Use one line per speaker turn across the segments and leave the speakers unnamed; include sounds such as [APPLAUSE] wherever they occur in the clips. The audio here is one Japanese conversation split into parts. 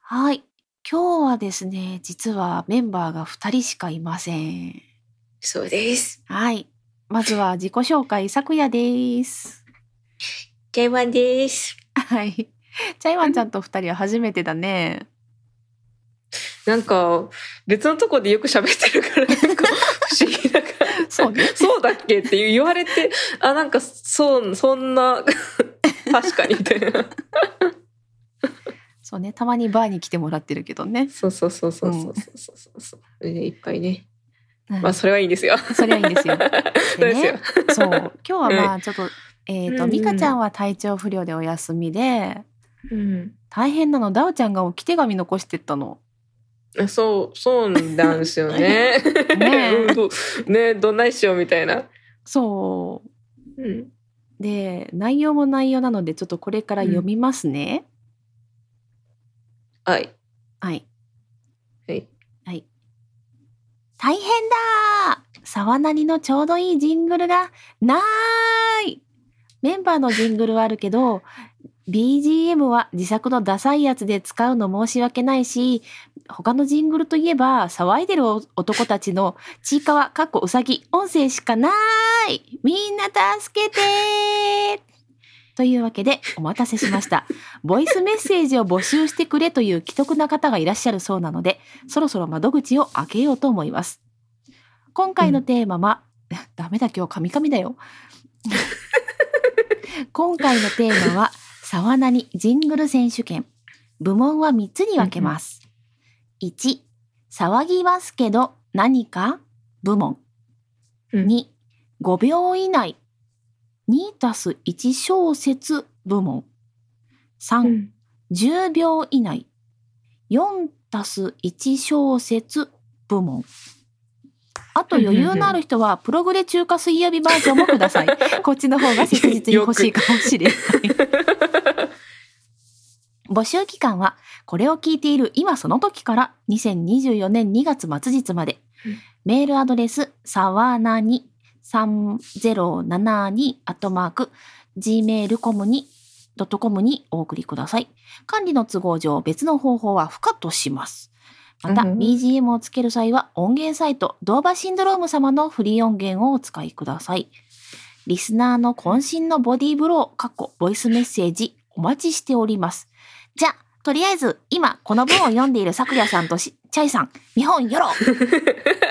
はい。今日はですね、実はメンバーが2人しかいません。
そうです。
はい。まずは自己紹介、さくやです。
ジャイワンです。
はい。チャイワンちゃんと2人は初めてだね。
なんか、別のとこでよく喋ってるから、なんか不思議だから。
そうね。
そうだっけって言われて、あ、なんか、そう、そんな、確かに、みたいな。
そうね、たまにバーに来てもらってるけどね。
そうそうそうそうそうそうそうそう、うん、いっぱいね。まあ、それはいいんですよ。
それはいいんですよ。
でね、
[LAUGHS] そう。今日はまあ、ちょっと、えっ、と、美香ちゃんは体調不良でお休みで、
うん、
大変なの、ダオちゃんが置き手紙残してったの。
そう、そうなんですよね。 [LAUGHS]
ね
ど、ねどんないしようみたいな。。
そう
うん、
で、内容も内容なので、ちょっとこれから読みますね。
うん、はい。
はい。
はい。
はい。大変だ沢なりのちょうどいいジングルがないメンバーのジングルはあるけど、BGM は自作のダサいやつで使うの申し訳ないし、他のジングルといえば騒いでる男たちのちいかわ、かっこうさぎ、音声しかないみんな助けてというわけでお待たせしました。ボイスメッセージを募集してくれという既得な方がいらっしゃるそうなので、そろそろ窓口を開けようと思います。今回のテーマは、 [LAUGHS] うん、ダメだ今日カミカミだよ。今回のテーマは、沢なにジングル選手権。部門は3つに分けます。うんうん、1、騒ぎますけど何か部門。うん、2、5秒以内。2たす1小節部門。3、うん、10秒以内。4たす1小節部門。あと余裕のある人は、プログレ中華水曜日バージョンもくだ [LAUGHS] さい。こっちの方が切実に欲しいかもしれない。 [LAUGHS] 募集期間は、これを聞いている今その時から2024年2月末日まで。うん、メールアドレス、さわなに3072アットマーク、gmail.com に、ドットコムにお送りください。管理の都合上、別の方法は不可とします。また、BGM をつける際は音源サイト、ドーバシンドローム様のフリー音源をお使いください。リスナーの渾身のボディーブロー、かっこ、ボイスメッセージ、お待ちしております。じゃあ、とりあえず、今、この文を読んでいるさくやさんとし、チャイさん、見本よろ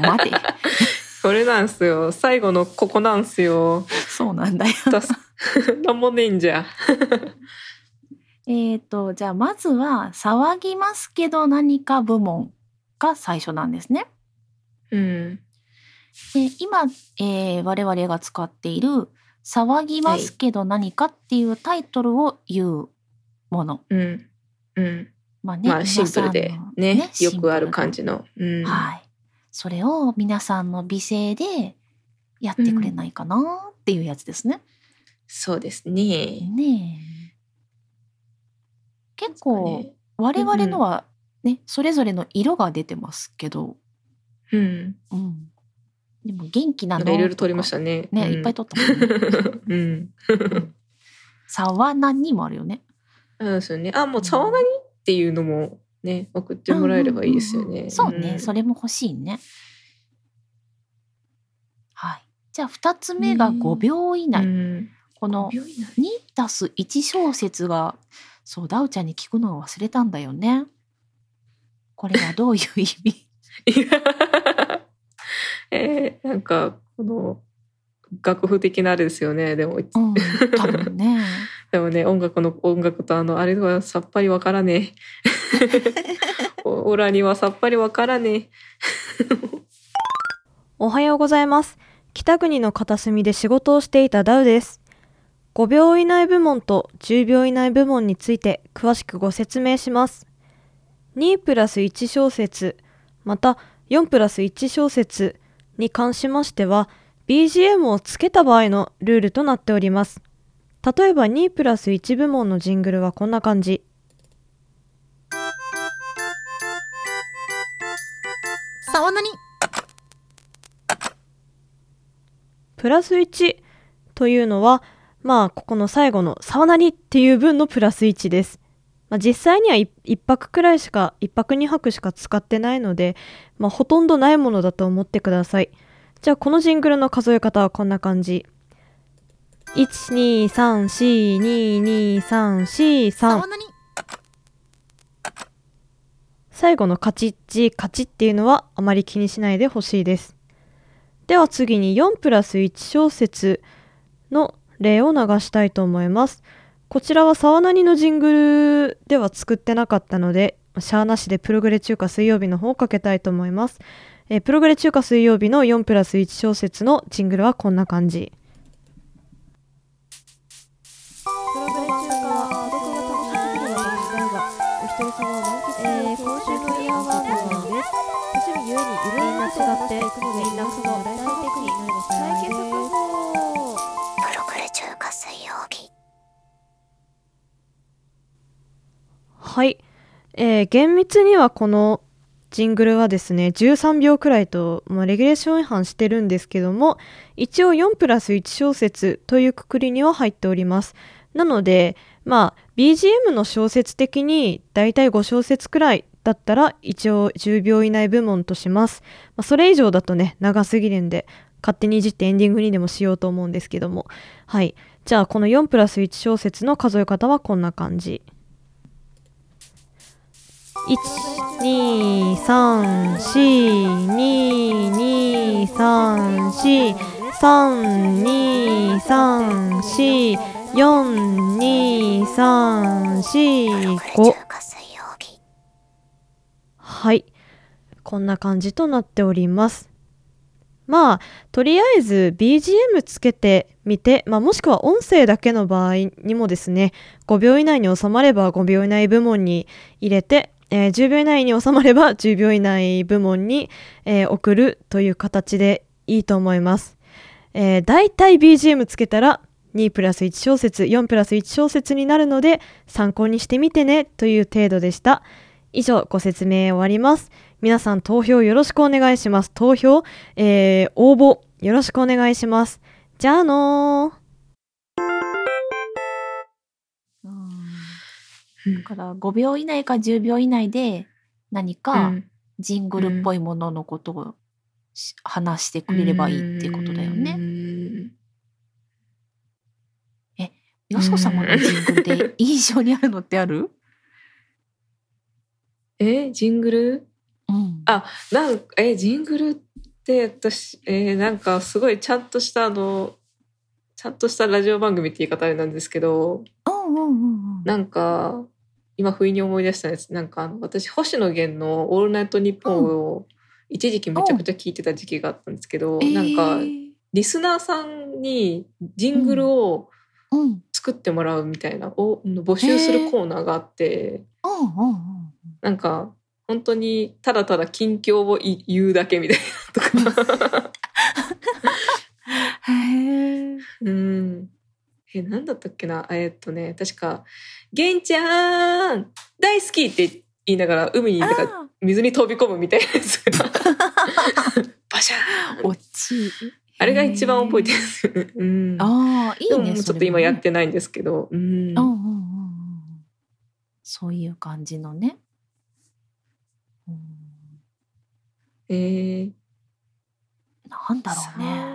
待て。
それなんすよ。最後のここなんすよ。
そうなんだよ。
なんもねえんじゃ。
えっと、じゃあまずは、騒ぎますけど何か部門が最初なんですね。
うん。
で今、えー、我々が使っている「騒ぎますけど何か」っていうタイトルを言うもの。
うん、うん、
まあね、
まあ、シンプルでね、ね、よくある感じの。うん、
はい。それを皆さんの美声でやってくれないかなっていうやつですね。うん、
そうですね。
ね結構我々のはね、うん、それぞれの色が出てますけど。
うん。
うん。でも元気なの
いろいろ撮りましたね。
ね、うん、いっぱい撮ったもんね。
[LAUGHS] うん。
サワナニもあるよね。
そうですよね。あ、もうサワナニっていうのもね、送ってもらえればいいですよね。
そうね、うん、それも欲しいね。はい。じゃあ2つ目が5秒以内。うん、この2たす1小節が、そう、ダウちゃんに聞くのを忘れたんだよね。これはどういう意味、
[LAUGHS] えー、なんかこの楽譜的なあれですよねでも、うん
多分ね
でもね音楽の音楽とあのあれはさっぱりわからね
[LAUGHS]
えオラにはさっぱりわからねえ
おはようございます北国の片隅で仕事をしていたダウです5秒以内部門と10秒以内部門について詳しくご説明します2プラス1小節また4プラス1小節に関しましては BGM をつけた場合のルールとなっております例えば2プラス1部門のジングルはこんな感じ
[LAUGHS] さわなに
プラス1というのはまあここの最後の「さわなに」っていう分のプラス1ですまあ、実際には 1, 泊くらいしか1泊2泊しか使ってないので、まあ、ほとんどないものだと思ってくださいじゃあこのジングルの数え方はこんな感じ123422343
沢なに
最後のカチッチカチっていうのはあまり気にしないでほしいですでは次に4プラス1小節の例を流したいと思いますこちらは沢なにのジングルでは作ってなかったのでシャアなしでプログレ中華水曜日の方をかけたいと思いますえープログレ中華水曜日の4プラス1小節のジングルはこんな感じプログレ中華は私が楽しんで私だがお一人様を満喫えー、今週のイヤーワードはです。趣味ゆえにいろいろな違って、みんなその大体的に解決法。
黒くれ中華水曜日
はい、えー厳密にはこのジングルはですね13秒くらいと、まあ、レギュレーション違反してるんですけども一応4プラス1小節というくくりには入っておりますなのでまあ BGM の小節的にだいたい5小節くらいだったら一応10秒以内部門とします、まあ、それ以上だとね長すぎるんで勝手にいじってエンディングにでもしようと思うんですけどもはいじゃあこの4プラス1小節の数え方はこんな感じ1234223432342342345
華水曜日
はいこんな感じとなっておりますまあとりあえず BGM つけてみて、まあ、もしくは音声だけの場合にもですね5秒以内に収まれば5秒以内部門に入れて、えー10秒以内に収まれば10秒以 [LAUGHS] 内部門に、えー送るという形でいいと思います、えー、だいたい BGM つけたら2プラス1小節4プラス1小節になるので参考にしてみてねという程度でした以上ご説明終わります皆さん投票よろしくお願いします投票、えー応募よろしくお願いしますじゃあのー
だから5秒以内か10秒以内で何か
うん
ジングルっぽいもののことをし話してくれればいいってことだよ
う
ね。
ん
よそ様のジングルで印象にあるのってある
[LAUGHS] えジングル
うん。
あなんえジングルって私えーなんかすごいちゃんとしたあのちゃんとしたラジオ番組って言い方あれなんですけど
うんうんうんうん。
なんか今不意に思い出したんですなんかあの私星野源の「オールナイトニッポン」を一時期めちゃくちゃ聞いてた時期があったんですけど、なんか
えー
リスナーさんにジングルを
うんうん
作ってもらうみたいな、を募集するコーナーがあって、
うんうん。
なんか本当にただただ近況をい言うだけみたいなとか
へえ。
[LAUGHS] うんえ何だったっけなえーっとね確か「源ちゃん大好き!」って言いながら海になんか
あ
水に飛び込むみたいなやつ
[LAUGHS]
がバシャ
ー
ーン
落ち。
あれが一番覚えてるんですよね。うん
ああ、いい
でも
ね。
もうち
そ
ょっ
れ
と今
もね
やってないんですけど、うん
うんうんうんうん。そういう感じのね。うん
えー
なんだろうね。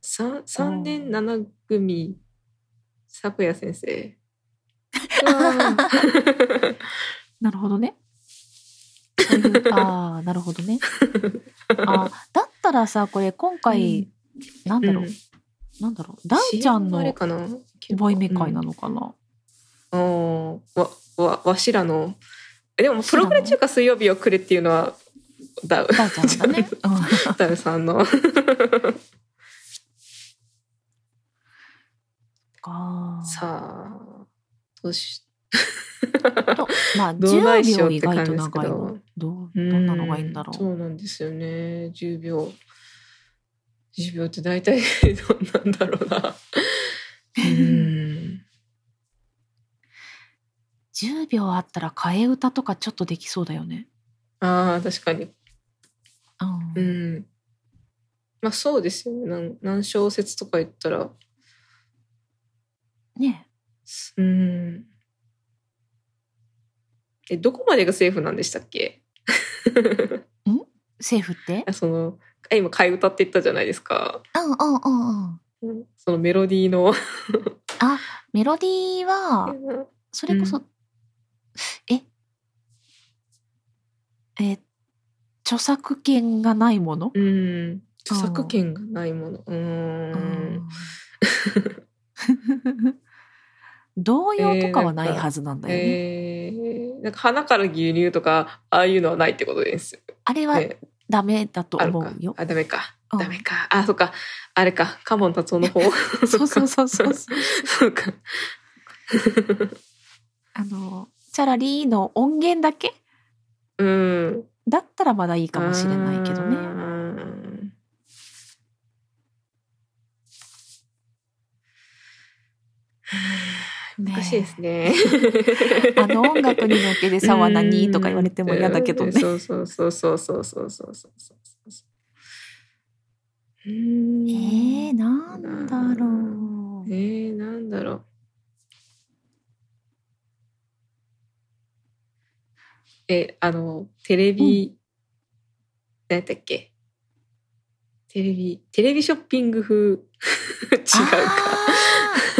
三
う
三
ん
年七組さくや
[LAUGHS]
先生。
なるほどね。そういうあ [LAUGHS] あ、なるほどね。あーだったらさ、これ今回、なんだろう、なんだろう、ダンちゃんの
あれかな。
ボイメ会なのかな。
うん。あーわわわしらの。えでもプログレ中華水曜日をくれっていうのはダウ
ダンちゃんだ [LAUGHS] ね。うん
ダウさんの。
か
さあどうし。
とまあ、
どうないし
10秒
ようっ
意
て感
外
じ
と
ですけ
長
ど
いの。どう、
う
どんなのがいいんだろう。
そうなんですよね。10秒。10秒って大体どうなんだろうな。うん。
10秒あったら替え歌とかちょっとできそうだよね。
ああ、確かに。
うん
うん。まあそうですよね。なん何小節とか言ったら、
ね
うん。え、どこまでがセーフなんでしたっけ
セーフって
あその、あ今、替え歌って言ったじゃないですか。
うんうんうんうん。
そのメロディーの。
メロディーは、それこそ、
う
ええ、著作権がないもの
うん。著作権がないもの。う。
うん [LAUGHS] ん童謡とかはないはずなんだよね。
えー、なんか花から牛乳とか、ああいうのはないってことです。
あれは
ね
ダメだと
ある
思
か
うよ。
あ、ダメか。
うん
ダメか。あ、そっか。あれか。カモン達夫の方。
そうそうそうそう。
[LAUGHS] そうか。
[LAUGHS] あの、チャラリーの音源だけ
うん。
だったらまだいいかもしれないけど
う
ね。
ん
ね
難しいですね。
[LAUGHS] あの音楽に乗っけてさは何とか言われても嫌だけど
うん
ね。
[LAUGHS] そうそうそうそうそうそうそうそうそうそう。う
え
ん
ー、なんだろう。
えー、なんだろう。え、あの、テレビ、何やったっけテレビ、テレビショッピング風。違うか。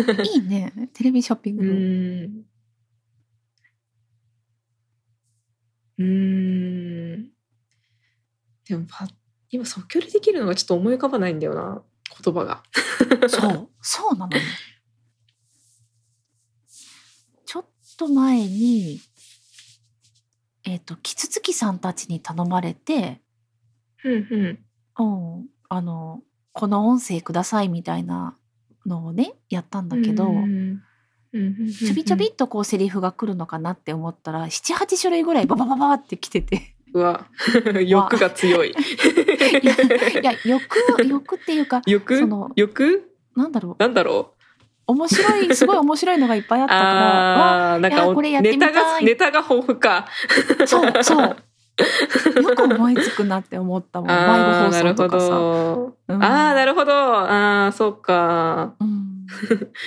あーいいね。テレビショッピン
う
グの。
ーん。うーん。でも、パッ今即興でできるのがちょっと思い浮かばないんだよな、言葉が。
そう、そうなのよ。ちょっと前に、えっ、と、キツツキさんたちに頼まれて、
うんうん。
うん、あの、この音声くださいみたいなのをね、やったんだけど、
うんうんうんうん
ちょびちょびっとこうセリフが来るのかなって思ったら、7、8種類ぐらいバババババって来て
[LAUGHS]
て。
うわ欲が強い。
いや、いや欲、欲っていうか、そ
欲
の
欲
なんだろう、
なんだろう
面白
[LAUGHS]
い、すごい面白いのがいっぱいあったから、わ
ああー、なん
い
か
やこれやって
ネ
みたい
タが、ネタが豊富か。
そうそう。よく思いつくなって思ったもん。
あ
ライ
あ、
ブ
な
放
る
送
ほ
とかさ。
ど。
うん
ああ、なるほど。ああ、そうか。
うん、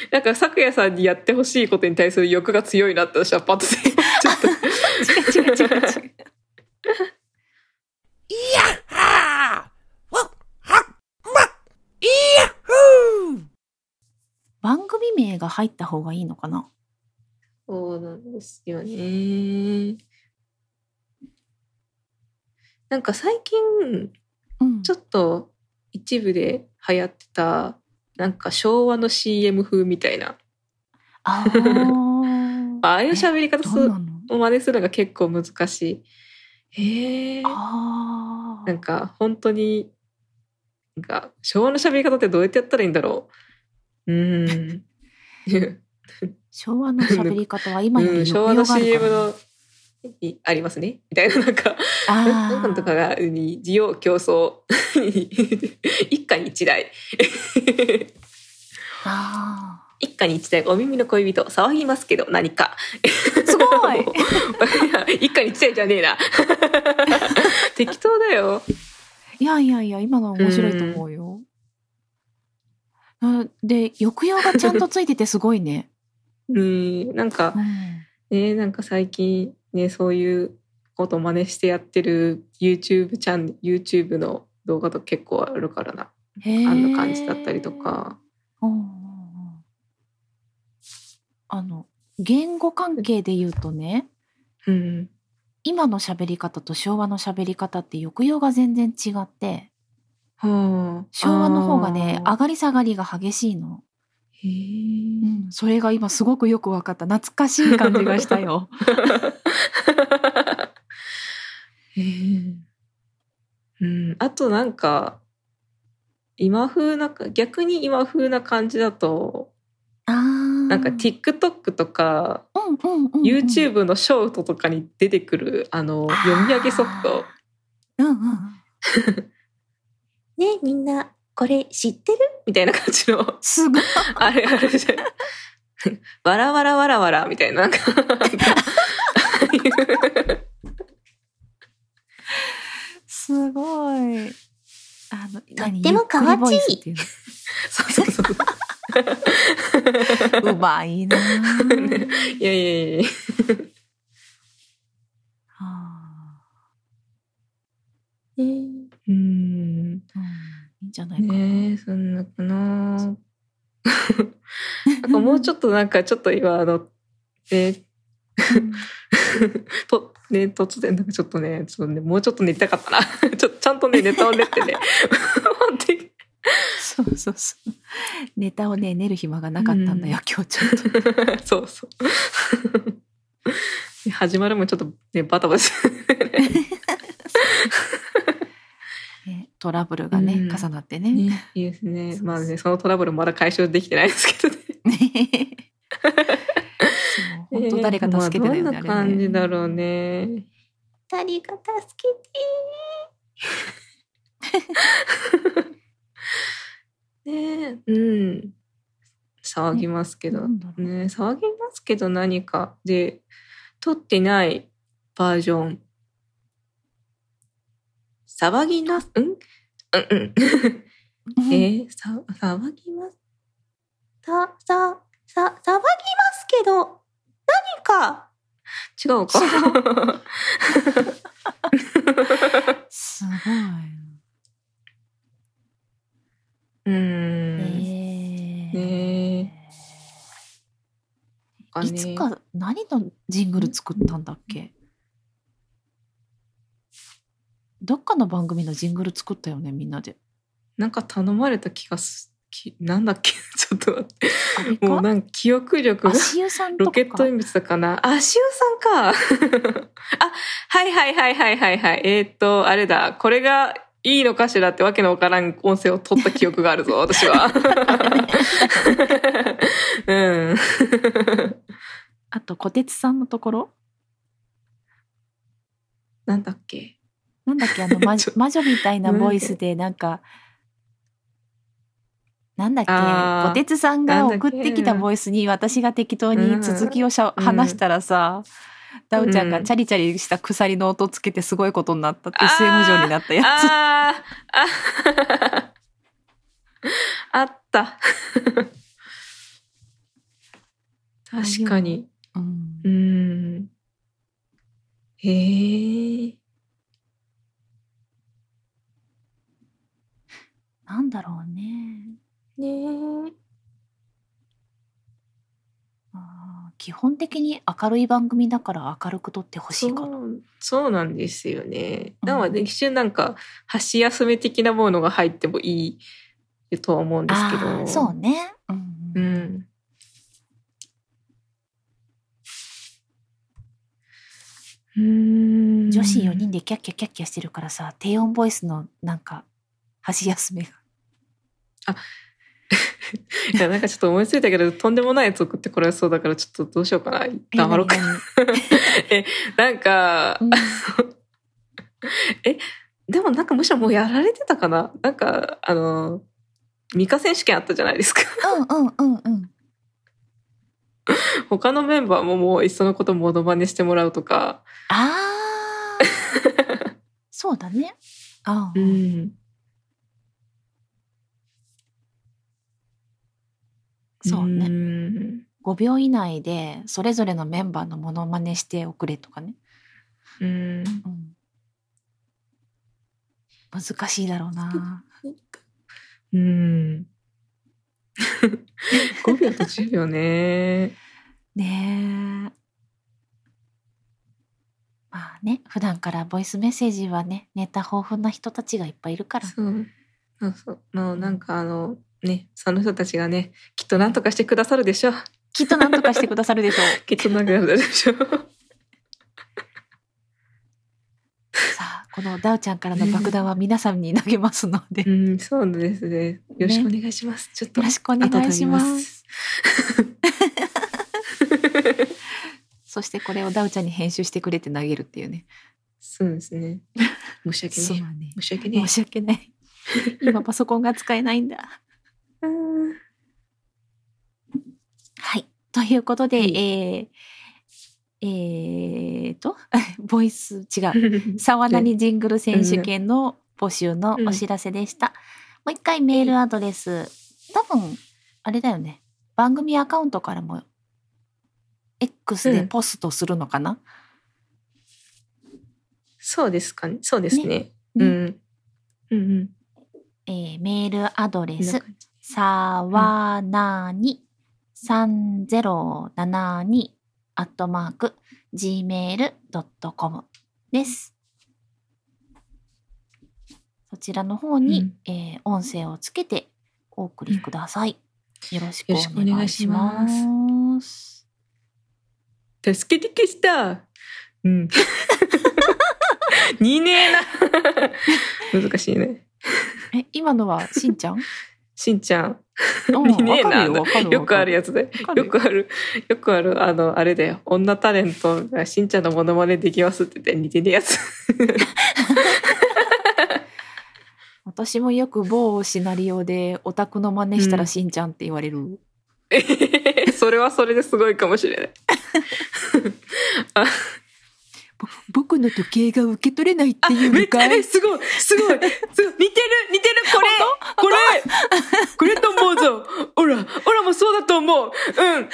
なんか、咲夜さんにやってほしいことに対する欲が強いなって私はパッと思っちゃった。
違う違う違う違う。番組名が入った方がいいのかな
そうなんですよね。なんか最近、
うん。
ちょ
っ
っと一部で流行ってた、なんか昭和の CM 風みたいな。
と。あー
[LAUGHS] ああいう喋り方
ど
す
うなの
を真似するのが結構難しい。へえ。
あ
なんか本当に、なんか昭和の喋り方ってどうやってやったらいいんだろう。うーん。
昭和の喋り方は今よ
う
り
ん、
抑
昭和
揚が
の
ある
CM
から
の、いありますねみたいな、なんか、
あ
なん
ー
とかが、に需要競争、 [LAUGHS] 一家に一台。
あ
一家に一台お耳の恋人騒ぎますけど何か
ーすごい
[LAUGHS] 一家に一台じゃねえな [LAUGHS] 適当だよ
いやいやいや、今のは面白いと思うよ。うん、で、抑揚がちゃんとついててすごいね。
うんなんか
うん
ねなんか最近ねそういうこと真似してやってる YouTube チャン YouTube の動画とか結構あるからな
へー
あんな感じだったりと。か
うんうんうんあの、言語関係で言うとね、
うん
今の喋り方と昭和の喋り方って抑揚が全然違って、
はあ
昭和の方がね、
あ
上がり下がりが激しいの。
へえ
うん、それが今すごくよくわかった。懐かしい感じがした
[LAUGHS]
よ。
うん、あとなんか今風なか逆に今風な感じだと
あー
なんか TikTok とか
うんうんうんうん
YouTube のショートとかに出てくるあの
あー
読み上げソフト
うんうん。
ねえみんな、これ知ってる
みたいな感じ
[LAUGHS]
の
すごい。
あれあれじゃんわらわらわらわらみたいな
[LAUGHS]
なんか
すごい。あの、何
ても
ゆっくりボイスっていうの
そうそうそう
[LAUGHS] うまいなあ
[LAUGHS] ねいやいやいやいや
はあ
えー
う
うん
ん。
いいんじゃないかな、 [LAUGHS]
ねえ、そんなかな。なんかもうちょっとなんかちょっと今あの、ね、 [LAUGHS] と、ね、突然なんかちょっとね、ちょっとね、もうちょっと寝たかったな。 [LAUGHS] ちょっとちゃんとね、ネタを練ってね。 [LAUGHS] 本当に
そうそうそうネタをね練る暇がなかったんだよ、
う
今日ちょっと
そう [LAUGHS] そう。始まるもちょっとね、バタバタする [LAUGHS]
ねトラブルがね、
うん
重なってね
ね。いいですね。まあね、そのトラブルまだ解消できてないですけどね。 [LAUGHS]
そう本当誰か助けてだよね、
まあど
あれ
んな
ね
感じだろうね。
誰が助けて
ねえうん。騒ぎますけど。
なんだろう
ね騒ぎますけど何かで撮ってないバージョン騒ぎなすんうんうんえーさ騒ぎます
さ、さ、さ、騒ぎますけど、何か、
違うか
すごいな
[LAUGHS] うーん、
ね
ねえ
いつか何のジングル作ったんだっけどっかの番組のジングル作ったよねみんなで。
なんか頼まれた気がすきなんだっけ [LAUGHS] ちょっと待って
あれ
もう
か
なんか記憶力が
足湯さんと
ロ
か
ケット鉛筆だかなあ、しおさんか。 [LAUGHS] あ、はいはいはいはいはいはい。えーっと、あれだ。これがいいのかしらってわけのわからん音声を取った記憶が
[LAUGHS]
あるぞ、私は。 [LAUGHS] うん。 [LAUGHS]
あと小鉄さんのところ
なんだっけ。
なんだっ
[LAUGHS]
けあの魔
ちょ
魔女みたいなボイスでなんかなんだっけ
あー
小鉄さんが
なんだ
送
っ
っ
け
てきたボイスに私が適当
う
に
ん
続きをしゃ、
うん
話したらさダウちゃん
う
が
ん
チャリチャリした鎖の音つけてすごいことになったって
あー
SM 上になったやつ。
あーあ、 [LAUGHS] あった。確かに。
うん
うん。へえ。
なんだろうね。
ねえ。
あー基本的に明るい番組だから明るく撮ってほしいかな。
そうそうなんですよね。
うん
だから一瞬なんか箸休め的なものが入ってもいいとは思うんですけ
あ
ど。
ーそうね。うんう
うんん。うーん
女子4人でキャッキャキャッキャしてるからさ低音ボイスのなんか箸休めが。
いやなんかちょっと思いついたけどとんでもないやつ送ってこられそうだからちょっとどうしようかな黙ろうか
え何
なんか、
何
でもなんかむしろもうやられてたかななんかあのミカ選手権あったじゃないですか [LAUGHS]
うんうんうんうんうん。
他のメンバーももういっそのことモノマネしてもらうとか、
ああそうだね。あー
ん、
そうね。
ん
5秒以内でそれぞれのメンバーのモノマネしておくれとかね、
うん
うん、難しいだろう
[LAUGHS]
な
うん5秒と10秒ね
ねえまあね普段からボイスメッセージはねネタ豊富な人たちがいっぱいいるから
そうそうそうのなんかあのねその人たちがねきっと何とかしてくださるでしょう
きっとなんとかしてくださるでしょう [LAUGHS]
きっと何とかしてくださるでしょう
さあこのダウちゃんからの爆弾は皆さんに投げますので、
う
よ
んそうですねよろしくお願いします、ちょっと
ろしくお願いします
後で見ます
そしてこれをダウちゃんに編集してくれて投げるっていうね
そうですね申し訳
そう
ね
だね
え申し訳ねえ
申し訳ない [LAUGHS] 今パソコンが使えないんだ
うん
はい。ということで、
はい
えー、えーと、 [LAUGHS] ボイス、違う。沢なにジングル選手権の募集のお知らせでした。もう一回メールアドレス。多分、あれだよね。番組アカウントからも、X で
うん
ポストするのかな、
[LAUGHS] そうですかね。そうですね。う
ね
ん。うんうん。
えーメールアドレ
こんな
ス、
感じ
さわなに3072アットマーク gmail.com です。そちらの方に、えー音声をつけてお送りください。よろしくお願いします。
よ助けてきた。
[LAUGHS]
うん。似ねえな。
[LAUGHS]
難しいね。
え、今のはしん
[LAUGHS]
ちゃん
しんちゃん。
うん
似ねえな。
わかる
よくあるや
つ。
つで。
わかる
よくある。よくある。あの、あれだよ。女タレントがしんちゃんのモノマネできますって言って似てるやつ。
私もよく某シナリオでオタクの真似した
う
ら
ん
しんちゃんって言われる。
それはそれですごいかもしれない。
僕の時計が受け取れないっ
あ、
ていう
め
の
っちゃ、
か
え
い
すごい、すごい、すごい似てる、似てる、これ、これ、これと思うぞ。オラ、オラもそうだと思う。うん。
[LAUGHS]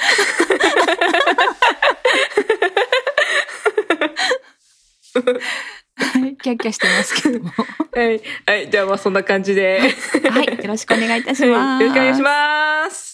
キャッキャしてますけども。
はい、はい、じゃあまあそんな感じで、
はい、よろしくお願いいたし
は
ま
い
す。
よろしくお願いします。